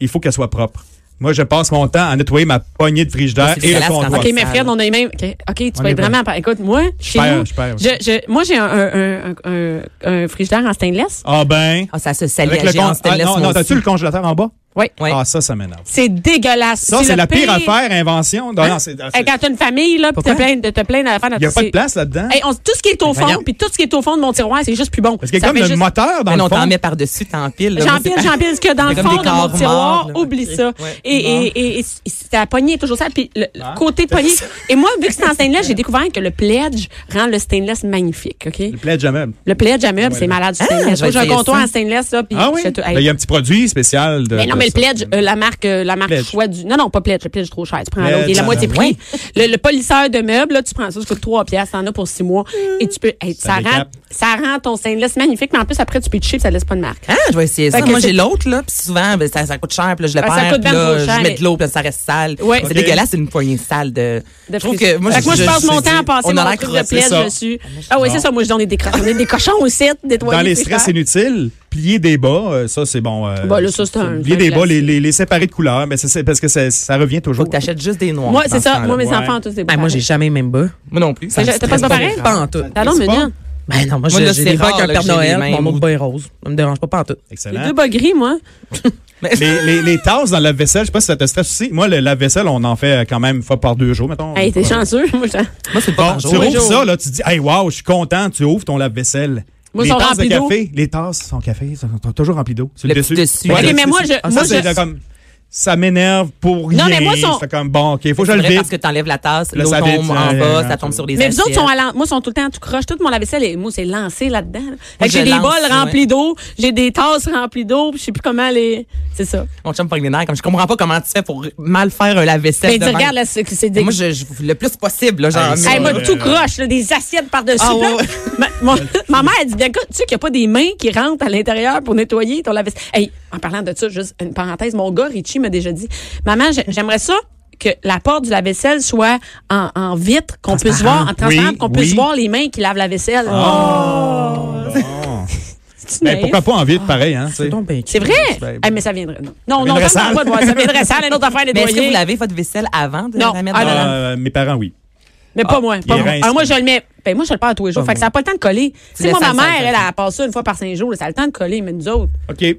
[SPEAKER 3] il faut qu'elle soit propre. Moi, je passe mon temps à nettoyer ma poignée de frigidaire
[SPEAKER 1] Ouais, c'est
[SPEAKER 3] et le
[SPEAKER 1] dégueulasse
[SPEAKER 3] comptoir.
[SPEAKER 1] quand
[SPEAKER 2] OK,
[SPEAKER 1] Ouais,
[SPEAKER 2] mais
[SPEAKER 1] ça,
[SPEAKER 2] Fred,
[SPEAKER 1] là.
[SPEAKER 2] on a les mêmes. OK, ok, tu
[SPEAKER 3] est
[SPEAKER 2] vas être vraiment. par- Écoute, moi, chez
[SPEAKER 3] perds,
[SPEAKER 2] nous,
[SPEAKER 3] je perds.
[SPEAKER 2] je- je- moi, j'ai un, un, un, un, un frigidaire en stainless.
[SPEAKER 3] Ah ben.
[SPEAKER 1] Ah, ça se salit
[SPEAKER 3] avec
[SPEAKER 1] à
[SPEAKER 3] le con-
[SPEAKER 1] géant
[SPEAKER 3] ah,
[SPEAKER 1] stainless.
[SPEAKER 3] non,
[SPEAKER 1] moi
[SPEAKER 3] non, t'as-tu
[SPEAKER 1] aussi.
[SPEAKER 3] le congélateur en bas?
[SPEAKER 2] Oui.
[SPEAKER 1] Ouais.
[SPEAKER 3] Ah, ça, ça m'énerve.
[SPEAKER 2] C'est dégueulasse.
[SPEAKER 3] Ça, c'est
[SPEAKER 2] le Hein?
[SPEAKER 3] la pire affaire invention. Non, non, c'est- ah,
[SPEAKER 2] Hey,
[SPEAKER 3] c'est-
[SPEAKER 2] Quand t'as une famille, là, pis t'as plein, de- t'as plein d'affaires.
[SPEAKER 3] il n'y a pas de
[SPEAKER 2] c'est-
[SPEAKER 3] place là-dedans.
[SPEAKER 2] Hey, on- tout ce qui est au fond,
[SPEAKER 1] voyons.
[SPEAKER 2] puis tout ce qui est au fond de mon tiroir, c'est juste plus bon.
[SPEAKER 3] Parce qu'il y
[SPEAKER 2] Ça
[SPEAKER 3] a comme
[SPEAKER 2] fait
[SPEAKER 3] le
[SPEAKER 2] juste-
[SPEAKER 3] moteur dans
[SPEAKER 1] Mais
[SPEAKER 3] le
[SPEAKER 1] non,
[SPEAKER 3] fond.
[SPEAKER 1] t'en mets par-dessus, t'empiles. là. Moi,
[SPEAKER 2] J'empile,
[SPEAKER 1] c'est-
[SPEAKER 2] j'empile ce qu'il y a dans le
[SPEAKER 1] C'est comme
[SPEAKER 2] fond
[SPEAKER 1] des
[SPEAKER 2] de mon
[SPEAKER 1] corps
[SPEAKER 2] tiroir.
[SPEAKER 1] morts, là.
[SPEAKER 2] Oublie
[SPEAKER 1] Ok.
[SPEAKER 2] ça.
[SPEAKER 1] Ouais.
[SPEAKER 2] Et, et, et, et, et ta poignée est toujours sale. Puis le le
[SPEAKER 3] Ah.
[SPEAKER 2] côté de poignée. Et moi, vu que c'est en stainless, j'ai découvert que le pledge rend le stainless magnifique. OK?
[SPEAKER 3] Le plaid jamais.
[SPEAKER 2] Le pledge à meubles, c'est malade du stainless.
[SPEAKER 1] je vais
[SPEAKER 2] J'ai un
[SPEAKER 1] essayer
[SPEAKER 2] comptoir
[SPEAKER 1] ça.
[SPEAKER 2] en stainless, là. Puis
[SPEAKER 3] Ah oui?
[SPEAKER 2] je te- hey.
[SPEAKER 3] Ben, Il y a un petit produit spécial. De,
[SPEAKER 2] mais non,
[SPEAKER 3] de
[SPEAKER 2] mais le
[SPEAKER 3] ça.
[SPEAKER 2] pledge, euh, la marque, euh, la marque
[SPEAKER 3] Pledge.
[SPEAKER 2] choix du. Non, non, pas pledge. Le pledge est trop cher. Tu prends
[SPEAKER 3] Pledge,
[SPEAKER 2] l'autre. Il est la
[SPEAKER 3] ah,
[SPEAKER 2] moitié
[SPEAKER 3] ben
[SPEAKER 2] prix. Le, le polisseur de meubles, là, tu prends ça, ça coûte 3 piastres. T'en as pour 6 mois. Et tu peux. hey, ça, rend,
[SPEAKER 3] décape.
[SPEAKER 2] ça rend ton stainless magnifique. Mais en plus, après, tu peux te chier, puis ça laisse pas de marque.
[SPEAKER 1] Ah, je vais essayer ça.
[SPEAKER 2] Fait que
[SPEAKER 1] Moi,
[SPEAKER 2] c'est-
[SPEAKER 1] j'ai l'autre, là, puis souvent, ben, ça, ça coûte cher, puis là, je le
[SPEAKER 2] Ah, ça
[SPEAKER 1] perds,
[SPEAKER 2] coûte
[SPEAKER 1] puis
[SPEAKER 2] bien
[SPEAKER 1] là,
[SPEAKER 2] trop cher,
[SPEAKER 1] je
[SPEAKER 2] mais-
[SPEAKER 1] mets de l'eau, puis là, ça reste sale.
[SPEAKER 2] Ouais.
[SPEAKER 1] C'est
[SPEAKER 3] Ok.
[SPEAKER 1] dégueulasse, c'est une poignée sale de...
[SPEAKER 2] de
[SPEAKER 1] Je trouve
[SPEAKER 2] frise.
[SPEAKER 1] que... Moi,
[SPEAKER 2] Fait que moi, je passe mon temps à passer
[SPEAKER 1] on
[SPEAKER 2] mon
[SPEAKER 1] a l'air
[SPEAKER 2] truc de
[SPEAKER 1] crossé.
[SPEAKER 3] c'est
[SPEAKER 2] plaid
[SPEAKER 3] ça.
[SPEAKER 2] dessus. Ah oui,
[SPEAKER 3] Non.
[SPEAKER 2] c'est ça. Moi, je donne des, décra- on est des cochons aussi, nettoyer.
[SPEAKER 3] Dans les
[SPEAKER 2] frigidaires.
[SPEAKER 3] stress inutiles, plier des bas, euh, ça, c'est bon. euh,
[SPEAKER 2] Bah, là, ça, c'est un-
[SPEAKER 3] Plier
[SPEAKER 2] un
[SPEAKER 3] des bas, les,
[SPEAKER 2] classique.
[SPEAKER 3] les, les séparer de couleur, mais c'est- c'est parce que ça, ça revient
[SPEAKER 1] Faut
[SPEAKER 3] toujours.
[SPEAKER 1] que t'achètes juste des noirs.
[SPEAKER 2] Moi,
[SPEAKER 1] dans
[SPEAKER 2] c'est
[SPEAKER 1] ce
[SPEAKER 2] ça.
[SPEAKER 1] temps-là.
[SPEAKER 2] Moi, mes
[SPEAKER 3] ouais.
[SPEAKER 2] enfants, tous des
[SPEAKER 1] Ah,
[SPEAKER 4] Ben, moi, j'ai jamais même bas.
[SPEAKER 1] Moi non plus. ça
[SPEAKER 2] Mais
[SPEAKER 1] me
[SPEAKER 2] je- t'as
[SPEAKER 1] stresse
[SPEAKER 2] pas de pareil?
[SPEAKER 1] grave.
[SPEAKER 4] Pas en tout.
[SPEAKER 2] Pardon,
[SPEAKER 3] C'est
[SPEAKER 2] Ménia.
[SPEAKER 4] Ben non,
[SPEAKER 1] Moi,
[SPEAKER 4] moi, j'ai
[SPEAKER 1] là,
[SPEAKER 4] j'ai
[SPEAKER 1] c'est
[SPEAKER 4] des bas avec
[SPEAKER 1] rare,
[SPEAKER 4] un
[SPEAKER 1] là,
[SPEAKER 4] Père
[SPEAKER 1] que j'ai les
[SPEAKER 4] Noël,
[SPEAKER 1] mêmes
[SPEAKER 4] mon autre
[SPEAKER 1] ou-
[SPEAKER 4] bas est rose. Ça me dérange pas, pas en tout.
[SPEAKER 2] Les
[SPEAKER 1] hein?
[SPEAKER 3] Excellent.
[SPEAKER 2] deux bas gris, moi.
[SPEAKER 3] Les, les, les tasses dans la vaisselle, je sais pas si ça te stresse aussi. Moi, le lave-vaisselle, on en fait euh, quand même une fois par deux jours, mettons.
[SPEAKER 2] Hey, t'es
[SPEAKER 3] Ouais.
[SPEAKER 2] chanceux. Moi, je-
[SPEAKER 1] Moi, c'est pas
[SPEAKER 3] Bon,
[SPEAKER 1] par
[SPEAKER 3] tu
[SPEAKER 1] jour.
[SPEAKER 3] ouvres
[SPEAKER 2] Bonjour.
[SPEAKER 3] ça, là, tu dis, hey, wow, je suis content, tu ouvres ton lave-vaisselle.
[SPEAKER 2] Moi,
[SPEAKER 3] les
[SPEAKER 2] ils sont
[SPEAKER 3] tasses de
[SPEAKER 2] remplis d'eau.
[SPEAKER 3] café, les tasses sont café, sont sont toujours remplies d'eau. C'est le,
[SPEAKER 1] Le
[SPEAKER 3] dessus.
[SPEAKER 1] petit dessus.
[SPEAKER 3] Ouais,
[SPEAKER 1] Ok,
[SPEAKER 3] le
[SPEAKER 2] mais
[SPEAKER 3] petit
[SPEAKER 2] moi,
[SPEAKER 3] dessus.
[SPEAKER 2] je-
[SPEAKER 3] Ah,
[SPEAKER 2] moi,
[SPEAKER 3] ça, c'est
[SPEAKER 2] je-
[SPEAKER 3] de comme, ça m'énerve pour rien.
[SPEAKER 2] Non, mais moi, sont-
[SPEAKER 3] Je fais comme, bon, OK, faut que je
[SPEAKER 1] C'est
[SPEAKER 3] le
[SPEAKER 1] vrai,
[SPEAKER 3] vide.
[SPEAKER 1] parce que t'enlèves la tasse,
[SPEAKER 3] Là,
[SPEAKER 1] l'eau
[SPEAKER 3] ça vide,
[SPEAKER 1] tombe en
[SPEAKER 3] euh,
[SPEAKER 1] bas,
[SPEAKER 3] euh,
[SPEAKER 1] ça tombe sur les
[SPEAKER 2] Mais vous autres,
[SPEAKER 1] assiettes.
[SPEAKER 2] sont à l'en- moi, sont tout le temps tout croche. Toute mon lavaisselle, et moi, c'est lancé là-dedans. là. Fait que
[SPEAKER 1] je
[SPEAKER 2] j'ai des
[SPEAKER 1] lance,
[SPEAKER 2] bols remplis
[SPEAKER 1] ouais.
[SPEAKER 2] d'eau, j'ai des tasses remplies d'eau, puis je sais plus comment les. C'est ça.
[SPEAKER 1] Mon chum pogne les nerfs, comme je comprends pas comment tu fais pour mal faire un lave-vaisselle. de
[SPEAKER 2] Ben, tu
[SPEAKER 1] même.
[SPEAKER 2] regardes, là, c'est c'est
[SPEAKER 1] Mais
[SPEAKER 2] des.
[SPEAKER 1] Moi, je, je- le plus possible, là, genre.
[SPEAKER 3] Hey,
[SPEAKER 1] mais-
[SPEAKER 2] Hey, moi,
[SPEAKER 3] Euh,
[SPEAKER 2] tout croche, là, des assiettes par-dessus.
[SPEAKER 1] Ah, ouais,
[SPEAKER 2] là.
[SPEAKER 1] ouais.
[SPEAKER 2] Ma, mon- ma mère, elle dit, bien, écoute, tu sais qu'il n'y a pas des mains qui rentrent à l'intérieur pour nettoyer ton lave-vaisselle. Hey, en parlant de ça, juste une parenthèse, mon gars, Richie, m'a déjà dit, maman, j'ai- j'aimerais ça que la porte du lave-vaisselle soit en, en vitre, qu'on puisse voir, en transparent,
[SPEAKER 3] Oui,
[SPEAKER 2] qu'on puisse
[SPEAKER 3] oui.
[SPEAKER 2] voir les mains qui lavent la vaisselle.
[SPEAKER 3] Bon.
[SPEAKER 2] C'est-tu
[SPEAKER 3] Ben,
[SPEAKER 2] naïf?
[SPEAKER 3] pourquoi pas en vide, pareil, hein, tu sais.
[SPEAKER 4] C'est donc bien cute.
[SPEAKER 2] C'est vrai?
[SPEAKER 3] Ben,
[SPEAKER 2] Ah, mais ça viendrait. Non, non, non,
[SPEAKER 3] viendrait
[SPEAKER 2] ça
[SPEAKER 3] sale.
[SPEAKER 2] ne pas de voir. Ça viendrait sale, une autre affaire à
[SPEAKER 1] Mais est-ce que
[SPEAKER 2] nettoyer.
[SPEAKER 1] vous lavez votre vaisselle avant de
[SPEAKER 2] Non.
[SPEAKER 1] la mettre
[SPEAKER 2] Ah,
[SPEAKER 1] dans
[SPEAKER 2] non,
[SPEAKER 1] la-
[SPEAKER 2] non.
[SPEAKER 3] Euh, mes parents, oui.
[SPEAKER 2] Mais pas moi. Pas
[SPEAKER 3] il
[SPEAKER 2] moi.
[SPEAKER 3] rince.
[SPEAKER 2] Ah, moi, je le mets. Ben, moi, je le perds tous les jours. Fait que ça n'a pas le temps de coller. Tu sais,
[SPEAKER 1] laisses
[SPEAKER 2] moi, ma
[SPEAKER 1] ça, ça,
[SPEAKER 2] mère,
[SPEAKER 1] ça.
[SPEAKER 2] elle, elle passe ça une fois par cinq jours. Ça a le temps de coller, mais nous autres,
[SPEAKER 3] OK.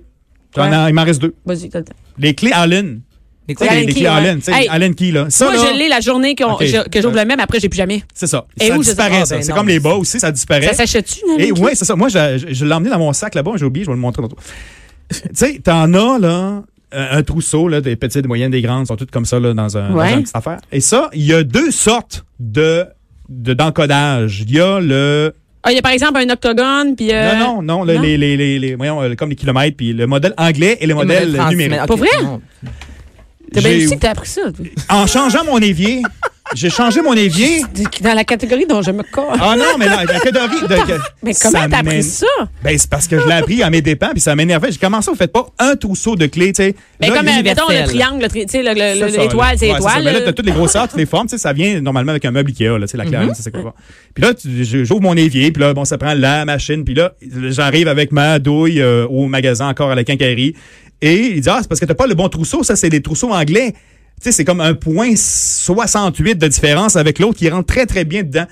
[SPEAKER 3] J'en ai- il m'en reste deux.
[SPEAKER 2] vas-y, t'as le temps.
[SPEAKER 3] Les clés Allen.
[SPEAKER 1] Des
[SPEAKER 3] Tu sais,
[SPEAKER 1] couilles?
[SPEAKER 2] Allen
[SPEAKER 3] les, les
[SPEAKER 2] key,
[SPEAKER 3] clés
[SPEAKER 2] ouais.
[SPEAKER 3] Allen, tu sais,
[SPEAKER 2] Hey.
[SPEAKER 3] Allen Key, là. Ça,
[SPEAKER 2] moi,
[SPEAKER 3] là,
[SPEAKER 2] je l'ai la journée qu'on-
[SPEAKER 3] Ok.
[SPEAKER 2] je- que j'ouvre le même. Après, j'ai plus jamais.
[SPEAKER 3] c'est ça.
[SPEAKER 2] Et
[SPEAKER 3] ça
[SPEAKER 2] où, je ah, sais
[SPEAKER 3] disparaît,
[SPEAKER 1] pas.
[SPEAKER 3] ça.
[SPEAKER 1] Ben
[SPEAKER 3] C'est
[SPEAKER 1] non,
[SPEAKER 3] comme
[SPEAKER 1] mais
[SPEAKER 3] les bas aussi, ça disparaît.
[SPEAKER 2] Ça s'achète-tu,
[SPEAKER 3] Et
[SPEAKER 2] Nalin?
[SPEAKER 3] Eh? oui, c'est ça. Moi, je, je- je l'ai emmené dans mon sac là-bas, j'ai oublié, je vais le montrer tantôt. tu sais, t'en as, là, un, un trousseau, là, des petites, des moyennes, des grandes, sont toutes comme ça, là, dans un,
[SPEAKER 2] Ouais.
[SPEAKER 3] dans une petite affaire. Et ça, il y a deux sortes de de- d'encodage. Il y a le...
[SPEAKER 2] Ah, il y a par exemple un octogone, puis. euh,
[SPEAKER 3] non, non, non, le-
[SPEAKER 2] non.
[SPEAKER 3] Les, les, les, les- voyons, euh, comme les kilomètres, puis le modèle anglais et le
[SPEAKER 1] Des
[SPEAKER 3] modèle
[SPEAKER 1] modèles français,
[SPEAKER 3] numérique.
[SPEAKER 1] mais-
[SPEAKER 2] Pour
[SPEAKER 1] ok,
[SPEAKER 2] vrai?
[SPEAKER 1] c'est bon.
[SPEAKER 2] T'as bien
[SPEAKER 3] J'ai-
[SPEAKER 2] aussi que t'as appris ça. toi.
[SPEAKER 3] En changeant mon évier, j'ai changé mon évier.
[SPEAKER 2] Dans la catégorie dont je me colle.
[SPEAKER 3] Ah non, mais non, la catégorie de- que-
[SPEAKER 2] Mais comment t'as
[SPEAKER 3] m'én-
[SPEAKER 2] appris ça?
[SPEAKER 3] Ben, c'est parce que je l'ai appris à mes dépens, puis ça m'énervait. J'ai commencé, vous faites pas un trousseau de clés, tu sais.
[SPEAKER 2] Mais
[SPEAKER 3] Là,
[SPEAKER 2] comme,
[SPEAKER 3] il-
[SPEAKER 2] euh, mettons, le
[SPEAKER 1] universel.
[SPEAKER 2] triangle, le tri- tu sais, le-
[SPEAKER 3] C'est
[SPEAKER 2] le-
[SPEAKER 3] ça,
[SPEAKER 2] le- l'étoile, euh. c'est
[SPEAKER 3] Ouais, ça.
[SPEAKER 2] étoile.
[SPEAKER 3] Mais là, t'as
[SPEAKER 2] le-
[SPEAKER 3] toutes les grosseurs, toutes les formes. Tu sais, ça vient normalement avec un meuble Ikea, là, tu sais, la
[SPEAKER 2] Mm-hmm.
[SPEAKER 3] clarine, ça, c'est quoi. Puis là, tu- j'ouvre mon évier, puis là, bon, ça prend la machine, puis là, j'arrive avec ma douille euh, au magasin encore à la quincaillerie. Et il dit, ah, c'est parce que t'as pas le bon trousseau, ça, c'est des trousseaux anglais. Tu sais, c'est comme un point 68 de différence avec l'autre qui rentre très, très bien dedans.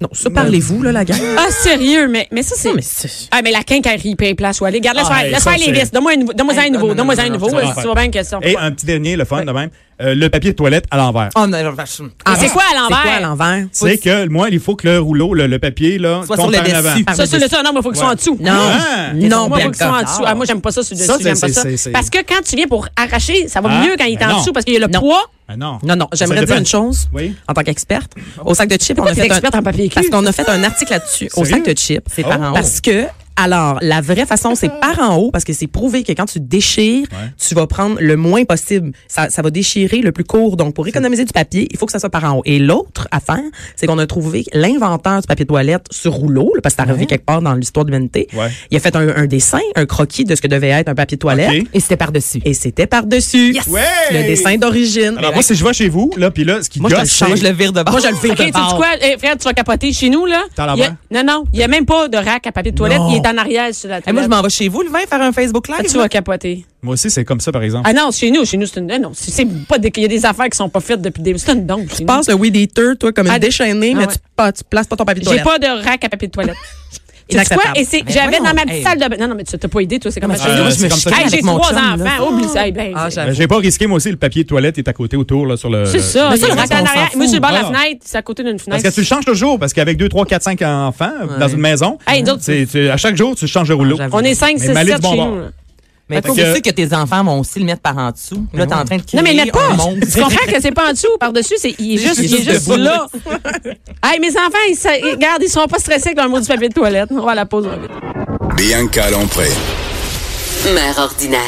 [SPEAKER 4] Non, ça, parlez-vous, là, la gang.
[SPEAKER 2] Ah, sérieux, mais, mais ça, c'est.
[SPEAKER 4] Non, mais c'est.
[SPEAKER 2] Ah, mais la quincaillerie paye place. Ouais. Regarde, laisse
[SPEAKER 3] Ah,
[SPEAKER 2] faire,
[SPEAKER 3] hey,
[SPEAKER 2] laisse
[SPEAKER 3] ça,
[SPEAKER 2] faire les
[SPEAKER 3] c'est-
[SPEAKER 2] vis. Donne-moi un nouveau. Donne-moi un
[SPEAKER 1] Hey,
[SPEAKER 2] nouveau.
[SPEAKER 1] non, non,
[SPEAKER 2] Donne-moi un
[SPEAKER 1] non,
[SPEAKER 2] nouveau.
[SPEAKER 1] non,
[SPEAKER 2] euh,
[SPEAKER 3] non,
[SPEAKER 2] Tu vois bien que ça.
[SPEAKER 3] Et un petit dernier, le fun de même, euh, le papier de toilette à l'envers.
[SPEAKER 1] Oh, non, vache.
[SPEAKER 2] Ah, c'est quoi à
[SPEAKER 4] C'est quoi à
[SPEAKER 2] l'envers?
[SPEAKER 4] l'envers?
[SPEAKER 3] C'est que, moi, il faut que le rouleau, le, le papier, là,
[SPEAKER 1] Soit
[SPEAKER 3] tombe
[SPEAKER 1] sur le
[SPEAKER 3] par en avant.
[SPEAKER 1] dessus.
[SPEAKER 4] Par
[SPEAKER 2] Ça,
[SPEAKER 4] le
[SPEAKER 2] sur le
[SPEAKER 4] dessus.
[SPEAKER 2] ça, non, mais faut que ce soit en dessous.
[SPEAKER 4] Non.
[SPEAKER 3] Ah!
[SPEAKER 4] Non,
[SPEAKER 2] Moi, faut
[SPEAKER 4] bien
[SPEAKER 2] que ce soit en dessous. Ah, moi, j'aime pas ça sur le dessus.
[SPEAKER 3] Ça, c'est-
[SPEAKER 2] J'aime pas ça.
[SPEAKER 3] c'est- c'est-
[SPEAKER 2] Parce que quand tu viens pour arracher, ça va
[SPEAKER 3] Ah,
[SPEAKER 2] mieux quand il est
[SPEAKER 3] ben
[SPEAKER 2] en
[SPEAKER 3] non.
[SPEAKER 2] dessous parce qu'il y a le
[SPEAKER 4] Non.
[SPEAKER 2] poids.
[SPEAKER 3] Ah non.
[SPEAKER 4] Non, non,
[SPEAKER 3] Ça
[SPEAKER 4] j'aimerais
[SPEAKER 3] dépend.
[SPEAKER 4] dire une chose
[SPEAKER 3] Oui.
[SPEAKER 4] en tant qu'experte. Au sac de chips, on a
[SPEAKER 2] t'es
[SPEAKER 4] fait un
[SPEAKER 2] experte en papier cul?
[SPEAKER 4] Parce qu'on a fait un article là-dessus au
[SPEAKER 3] Sérieux?
[SPEAKER 4] sac de chips.
[SPEAKER 1] C'est par en haut.
[SPEAKER 4] Parce que Alors, la vraie façon, c'est par en haut, parce que c'est prouvé que quand tu déchires, tu vas prendre le moins possible. Ça, ça va déchirer le plus court. Donc, pour économiser du papier, il faut que ça soit par en haut. Et l'autre affaire, c'est qu'on a trouvé l'inventeur du papier toilette sur rouleau, là, parce que c'est arrivé quelque part dans l'histoire de l'humanité.
[SPEAKER 3] Ouais.
[SPEAKER 4] Il a fait un, un dessin, un croquis de ce que devait être un papier toilette.
[SPEAKER 3] Ok.
[SPEAKER 1] Et c'était par-dessus.
[SPEAKER 4] Et c'était par-dessus.
[SPEAKER 3] Ouais!
[SPEAKER 4] Le dessin d'origine.
[SPEAKER 3] Alors, moi, si je vais chez vous, là, puis là, ce qui
[SPEAKER 1] Moi, je te le
[SPEAKER 3] gosse, c'est-
[SPEAKER 1] change le vire de bord.
[SPEAKER 4] Moi, je le fais
[SPEAKER 2] OK, tu
[SPEAKER 4] de bord.
[SPEAKER 2] quoi? Eh, Fred, tu vas capoter chez nous, là?
[SPEAKER 3] T'as la
[SPEAKER 2] Il y a-
[SPEAKER 3] main?
[SPEAKER 2] Non, non, il n'y a même pas de rack à papier de toilette.
[SPEAKER 4] Non.
[SPEAKER 2] Il est en arrière sur la
[SPEAKER 1] Eh,
[SPEAKER 2] toilette.
[SPEAKER 1] moi, je m'en vais chez vous, le vin, faire un Facebook
[SPEAKER 2] Ah,
[SPEAKER 1] Live.
[SPEAKER 2] tu
[SPEAKER 1] là.
[SPEAKER 2] vas capoter.
[SPEAKER 3] Moi aussi, c'est comme ça, par exemple.
[SPEAKER 2] Ah non, chez nous, chez nous, c'est une. ah Non, c'est c'est pas des. Il y a des affaires qui sont pas faites depuis des. C'est une donc.
[SPEAKER 4] Tu passes le weed eater, toi, comme une
[SPEAKER 2] Ah,
[SPEAKER 4] déchaînée,
[SPEAKER 2] ah
[SPEAKER 4] mais
[SPEAKER 2] ouais.
[SPEAKER 4] tu, pas, tu places pas ton papier
[SPEAKER 2] J'ai
[SPEAKER 4] toilette.
[SPEAKER 2] pas de rack à papier de toilette. Tu sais quoi?
[SPEAKER 4] Inacceptable.
[SPEAKER 2] Et c'est,
[SPEAKER 1] Mais
[SPEAKER 2] j'avais dans
[SPEAKER 1] voyons,
[SPEAKER 2] ma petite
[SPEAKER 1] hey.
[SPEAKER 2] salle de bain. Non, non, mais tu t'as pas idée, toi, c'est comme
[SPEAKER 1] Comment
[SPEAKER 2] ça.
[SPEAKER 1] ça,
[SPEAKER 3] Euh,
[SPEAKER 1] je
[SPEAKER 3] c'est
[SPEAKER 1] me
[SPEAKER 3] comme ça
[SPEAKER 1] chicane
[SPEAKER 3] que-
[SPEAKER 2] Hey,
[SPEAKER 1] avec
[SPEAKER 2] j'ai
[SPEAKER 1] mon
[SPEAKER 2] trois
[SPEAKER 1] chum, là.
[SPEAKER 2] enfants. Oublie ça. Eh ben,
[SPEAKER 4] Ah,
[SPEAKER 2] c'est-
[SPEAKER 4] j'avoue.
[SPEAKER 3] Euh, J'ai pas risqué, moi aussi, le papier de toilette est à côté autour, là, sur le.
[SPEAKER 2] c'est ça.
[SPEAKER 4] Mais
[SPEAKER 2] il y
[SPEAKER 4] ça,
[SPEAKER 2] a
[SPEAKER 4] le
[SPEAKER 2] un rack
[SPEAKER 4] reste,
[SPEAKER 2] en
[SPEAKER 4] on s'en
[SPEAKER 2] arrière. Moi,
[SPEAKER 4] fout.
[SPEAKER 2] je suis le bord de la
[SPEAKER 3] Ah.
[SPEAKER 2] fenêtre, c'est à côté d'une
[SPEAKER 3] Parce
[SPEAKER 2] fenêtre.
[SPEAKER 3] que tu le changes toujours, parce qu'avec 2, 3, 4, 5 enfants euh, dans une maison,
[SPEAKER 2] Hey, nous autres-
[SPEAKER 3] c'est- tu- à chaque jour, tu changes le rouleau.
[SPEAKER 4] j'avoue.
[SPEAKER 2] On est 5, 6,
[SPEAKER 3] Mais Malik
[SPEAKER 2] 7
[SPEAKER 3] bon
[SPEAKER 2] chez
[SPEAKER 3] bord.
[SPEAKER 2] nous. là.
[SPEAKER 1] Mais
[SPEAKER 3] Fait
[SPEAKER 1] faut
[SPEAKER 3] que-
[SPEAKER 1] aussi que tes enfants vont aussi le mettre par en dessous. Là, t'es en train de créer
[SPEAKER 2] Non, mais le
[SPEAKER 1] un
[SPEAKER 2] pas.
[SPEAKER 1] monde.
[SPEAKER 2] Tu comprends que c'est pas en dessous, par-dessus, c'est, il est juste,
[SPEAKER 1] Il est
[SPEAKER 2] il est
[SPEAKER 1] juste
[SPEAKER 2] juste
[SPEAKER 1] debout.
[SPEAKER 2] là. hey, mes enfants, ils, sa- ils- regarde, ils sont pas stressés avec leur mot du papier de toilette. On va à la pause, on revient.
[SPEAKER 5] Bianca Lompré.
[SPEAKER 6] Mère ordinaire.